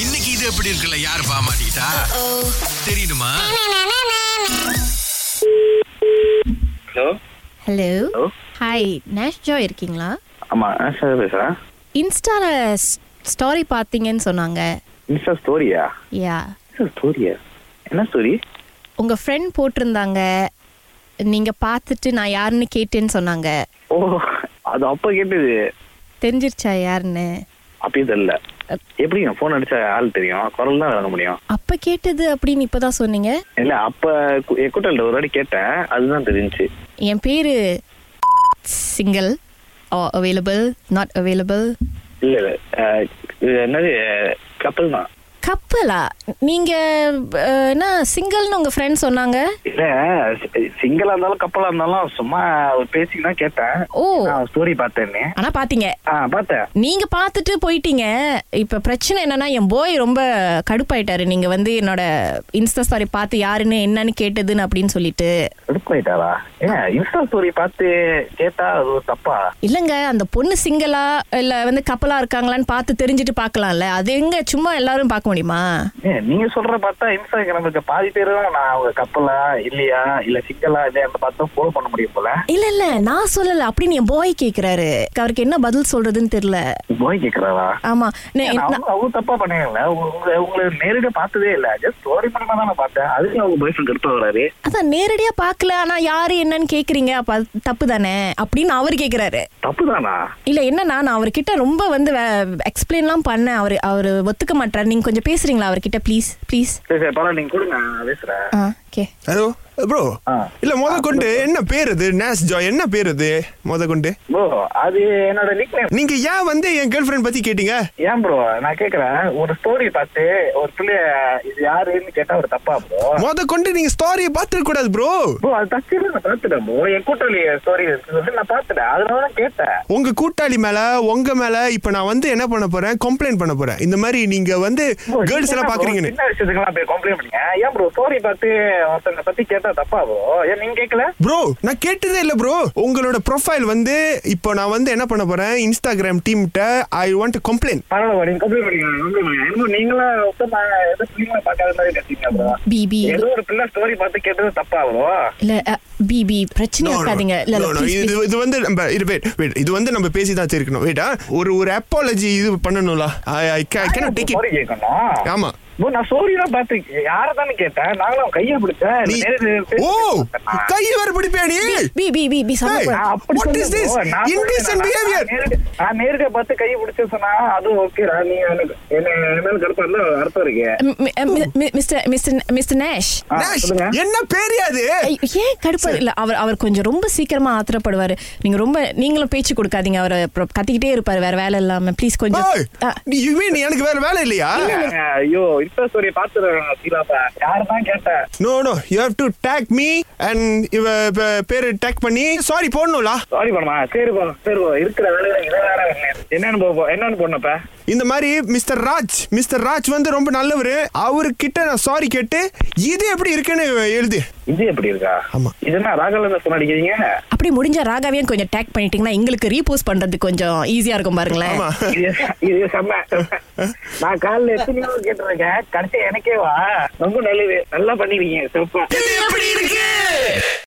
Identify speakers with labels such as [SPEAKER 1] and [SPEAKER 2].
[SPEAKER 1] இன்னைக்கு இது எப்படி இருக்குல்ல யார் பாமாட்டா தெரியுமா
[SPEAKER 2] hello
[SPEAKER 3] hello
[SPEAKER 2] hello
[SPEAKER 3] hi Nesh ஜாய் இருக்கீங்களா
[SPEAKER 2] ஆமா நான் சார் பேசுறேன்
[SPEAKER 3] இன்ஸ்டால ஸ்டோரி பார்த்தீங்கன்னு சொன்னாங்க
[SPEAKER 2] இன்ஸ்டா ஸ்டோரியா
[SPEAKER 3] யா
[SPEAKER 2] இன்ஸ்டா ஸ்டோரியா என்ன ஸ்டோரி
[SPEAKER 3] உங்க ஃப்ரெண்ட் போட்டிருந்தாங்க நீங்க பார்த்துட்டு நான் யாருன்னு கேட்டேன்னு சொன்னாங்க
[SPEAKER 2] ஓ அது அப்ப கேட்டது
[SPEAKER 3] தெரிஞ்சிருச்சா யாருன்னு
[SPEAKER 2] அப்பயே தெரியல எப்படி ஃபோன் அடிச்சா ஆள் தெரியும் குரல் தான் விளங்க முடியும்
[SPEAKER 3] அப்ப கேட்டது அப்படின்னு இப்பதான் சொன்னீங்க
[SPEAKER 2] இல்ல அப்ப கு- என் கூட்டாளிட்ட ஒரு வாட்டி கேட்டேன் அதுதான் தெரிஞ்சுச்சு
[SPEAKER 3] என் பேரு சிங்கிள் அவைலபிள் நாட் அவைலபிள்
[SPEAKER 2] இல்ல இல்ல அஹ், இது என்னது கப்பல் தான்
[SPEAKER 3] கப்பலா நீங்க அஹ், என்ன சிங்கிள்னு உங்க ஃப்ரெண்ட் சொன்னாங்க
[SPEAKER 2] இல்ல சிங்கிளா இருந்தாலும் கப்பலா இருந்தாலும் சும்மா ஒரு பேசிக்கு தான் கேட்டேன்
[SPEAKER 3] ஓ
[SPEAKER 2] ஸ்டோரி பார்த்தேன்
[SPEAKER 3] ஆனா பாத்தீங்க
[SPEAKER 2] ஆ பார்த்தேன்
[SPEAKER 3] நீங்க பார்த்துட்டு போயிட்டீங்க இப்ப பிரச்சனை என்னன்னா என் போய் ரொம்ப கடுப்பாயிட்டாரு நீங்க வந்து என்னோட இன்ஸ்டா ஸ்டோரி பார்த்து யாருன்னு என்னன்னு கேட்டதுன்னு அப்படின்னு சொல்லிட்டு
[SPEAKER 2] எடுப்பாயிட்டாரா ஏன் இன்ஸ்டா ஸ்டோரி பார்த்து கேட்டா அது ஒரு தப்பா
[SPEAKER 3] இல்லங்க அந்த பொண்ணு சிங்கிளா இல்ல வந்து கப்பலா இருக்காங்களான்னு பார்த்து தெரிஞ்சுட்டு பார்க்கலாம்ல அது எங்க சும்மா எல்லாரும் பார்க்க முடியுமா
[SPEAKER 2] ஏன் நீங்க சொல்ற பார்த்தா இன்ஸ்டாகிராம் இருக்க பாதி பேர் நான் அவங்க கப்பலா இல்லையா இல்ல சிக்கலா இல்லையான்னு பார்த்தா ஃபாலோ பண்ண முடியும் போல
[SPEAKER 3] இல்ல இல்ல நான் சொல்லல அப்படின்னு என் போய் கேக்குறாரு அவருக்கு என்ன பதில் சொல்றதுன்னு தெரியல
[SPEAKER 2] போய் கேக்குறாரா
[SPEAKER 3] ஆமா நே-
[SPEAKER 2] ஏன்,
[SPEAKER 3] நான்-
[SPEAKER 2] அவங்க அவங்க தப்பா பண்ணுவீங்களா உங்களை உங்களை நேரடியா பார்த்ததே இல்ல ஜஸ்ட் ஸ்டோரி பண்ணமா தான் நான் பார்த்தேன் அதுக்கு அவங்க பாய் ஃப்ரெண்ட் எடுத்து வராரு
[SPEAKER 3] அதான் நேரடியா பார்க்கல ஆனா யாரு என்னன்னு கேக்குறீங்க அப்ப அது தப்பு தானே அப்படின்னு அவர் கேக்குறாரு
[SPEAKER 2] தப்பு தானா
[SPEAKER 3] இல்ல என்னன்னா நான் அவர்கிட்ட ரொம்ப வந்து எக்ஸ்பிளைன்லாம் பண்ணேன் அவர் அவர் ஒத்துக்க மாட்டாரு நீங்க கொஞ்சம் பேசுறீங்களா அவர்கிட்ட ப்ளீஸ் ப்ளீஸ்
[SPEAKER 2] சரி சரி பரவாயில்ல நீங்க கொடுங்க நான் பேசுறேன்
[SPEAKER 3] ஆ ஓகே
[SPEAKER 4] ஹலோ ப்ரோ
[SPEAKER 2] ஆ.
[SPEAKER 4] இல்ல முத கொண்டு என்ன பேர் இது நேஷ் ஜாய் என்ன பேர் இது முத கொண்டு
[SPEAKER 2] ப்ரோ அது என்னோட நிக்
[SPEAKER 4] நீங்க ஏன் வந்து என் கேர்ள் ஃப்ரெண்ட் பத்தி கேட்டீங்க
[SPEAKER 2] ஏன் ப்ரோ நான் கேக்குறேன் ஒரு ஸ்டோரி பார்த்து ஒரு பிள்ளைய இது யாருன்னு கேட்டா ஒரு தப்பா ப்ரோ
[SPEAKER 4] முத கொண்டு நீங்க ஸ்டோரியை பார்த்துருக்க கூடாது ப்ரோ
[SPEAKER 2] ப்ரோ அது தச்சு நான் பார்த்துட்டேன் ப்ரோ என் கூட்டாளி ஸ்டோரி சொல்லிட்டு நான் பார்த்துட்டேன் அதனால தான் கேட்டேன்
[SPEAKER 4] உங்க கூட்டாளி மேல உங்க மேல இப்ப நான் வந்து என்ன பண்ண போறேன் கம்ப்ளைண்ட் பண்ண போறேன் இந்த மாதிரி நீங்க வந்து
[SPEAKER 2] bro,
[SPEAKER 4] கேர்ள்ஸ்
[SPEAKER 2] நீங்க
[SPEAKER 4] எல்லாம் பாக்குறீங்கன்னு
[SPEAKER 2] என்ன விஷயத்துக்கு எல்லாம் போய் கம்ப்ளைண்ட் பண்ணீங்க ஏன் ப்ரோ ஸ்டோரி பார்த்து ஒருத்தங்க பத்தி கேட்டா தப்பா ப்ரோ ஏன் நீங்க கேட்கல
[SPEAKER 4] ப்ரோ நான் கேட்டதே இல்ல ப்ரோ உங்களோட ப்ரொஃபைல் வந்து இப்போ நான் வந்து என்ன பண்ண போறேன் இன்ஸ்டாகிராம் டீம்கிட்ட ஐ வாண்ட் கம்ப்ளைண்ட்
[SPEAKER 2] பரவாயில்ல நீங்க கம்ப்ளைண்ட் பண்ணீங்க complaint பண்ணீங்க என்னமோ நீங்களா ஒருத்தர் நான் எதுவும் பிள்ளைங்கள பார்க்காத மாதிரி பேசுறீங்க ப்ரோ
[SPEAKER 3] பிபி
[SPEAKER 2] ஏதோ ஒரு பிள்ளை ஸ்டோரி பார்த்து கேட்டது தப்பா ப்ரோ
[SPEAKER 3] இல்ல பிபி பிரச்சனை இருக்காதீங்க இல்ல இல்ல please,
[SPEAKER 4] இது
[SPEAKER 3] please.
[SPEAKER 4] இது வந்து நம்ம இரு wait, wait, இது வந்து நம்ம பேசி தான் தெரிக்கணும் வெயிட்டா ஒரு ஒரு அப்பாலஜி இது பண்ணணும்ல I I can take
[SPEAKER 2] story
[SPEAKER 4] it
[SPEAKER 2] கேட்கணும்
[SPEAKER 4] ஆமா
[SPEAKER 2] bro, நான் ஸ்டோரி தான் பார்த்து யாரை தானே கேட்டேன் நாங்களும் கையை பிடிச்சேன்
[SPEAKER 4] நீ
[SPEAKER 2] நேரு
[SPEAKER 4] ஓ
[SPEAKER 2] பேசி-
[SPEAKER 4] கைய வேற பிடிப்பியா நீ
[SPEAKER 3] பி பி பி பி
[SPEAKER 4] Hey.
[SPEAKER 3] சமப்பா
[SPEAKER 2] நான் அப்படி
[SPEAKER 4] What is
[SPEAKER 2] சொல்லல
[SPEAKER 4] this?
[SPEAKER 2] bro. நான்
[SPEAKER 4] Indecent
[SPEAKER 2] சொல்லல.
[SPEAKER 4] behavior.
[SPEAKER 2] நான் நேரடி- நான் நேரடியா பார்த்து கை பிடிச்சு சொன்னா, அதுவும் okay டா. நீ எனக்கு- என்ன- என் மேல கடுப்பா இருந்தா அர்த்தம் இருக்கு.
[SPEAKER 3] மிஸ்டர் மிஸ்டர் மிஸ்டர் நேஷ்
[SPEAKER 2] ஆ,
[SPEAKER 4] நேஷ்,
[SPEAKER 2] சொல்லுங்க.
[SPEAKER 4] என்ன பேரியா அது
[SPEAKER 3] ஐ- ஏன் கடுப்பா இல்ல அவர் அவர் கொஞ்சம் ரொம்ப சீக்கிரமா ஆத்திரப்படுவாரு நீங்க ரொம்ப நீங்களும் பேச்சு கொடுக்காதீங்க அவர் அப்புறம் கத்திக்கிட்டே இருப்பாரு வேற வேலை இல்லாம ப்ளீஸ் கொஞ்சம்
[SPEAKER 4] ஓய்,
[SPEAKER 3] ஆ,
[SPEAKER 4] நீ you mean எனக்கு வேற வேலை இல்லையா
[SPEAKER 2] ஐயோ, Insta story பார்த்துடுறேன், சீலாப்பா. யாருதான் கேட்டேன்?
[SPEAKER 4] No no you have to take me and இவ ப- பேரு டேக் பண்ணி சாரி போடணும்லா
[SPEAKER 2] Sorry பண்ணுமா? சரி போ, சரி போ. இருக்கிற வேலையில இதை வேற பண்ணு. என்னன்னு போ- என்னன்னு போடணும்ப்ப?
[SPEAKER 4] இந்த மாதிரி மிஸ்டர் ராஜ் மிஸ்டர் ராஜ் வந்து ரொம்ப நல்லவர் அவர்கிட்ட நான் சாரி கேட்டு இது எப்படி இருக்குன்னு எழுது
[SPEAKER 2] இது எப்படி இருக்கா
[SPEAKER 4] ஆமா.
[SPEAKER 2] இது என்ன ராகவேந்திர phone அடிக்கிறீங்க?
[SPEAKER 3] அப்படி முடிஞ்ச ராகாவையும் கொஞ்சம் டேக் பண்ணிட்டீங்கன்னா எங்களுக்கு ரீபோஸ்ட் பண்றது கொஞ்சம் ஈஸியா இருக்கும் பாருங்களேன்
[SPEAKER 4] ஆமா
[SPEAKER 2] இது இது செம்ம. நான் காலைல எத்தனையோ கேட்டிருக்கேன் கடைசியா எனக்கேவா ரொம்ப நல்லது நல்லா பண்ணிருக்கீங்க சிறப்பா
[SPEAKER 4] இது எப்படி இருக்கு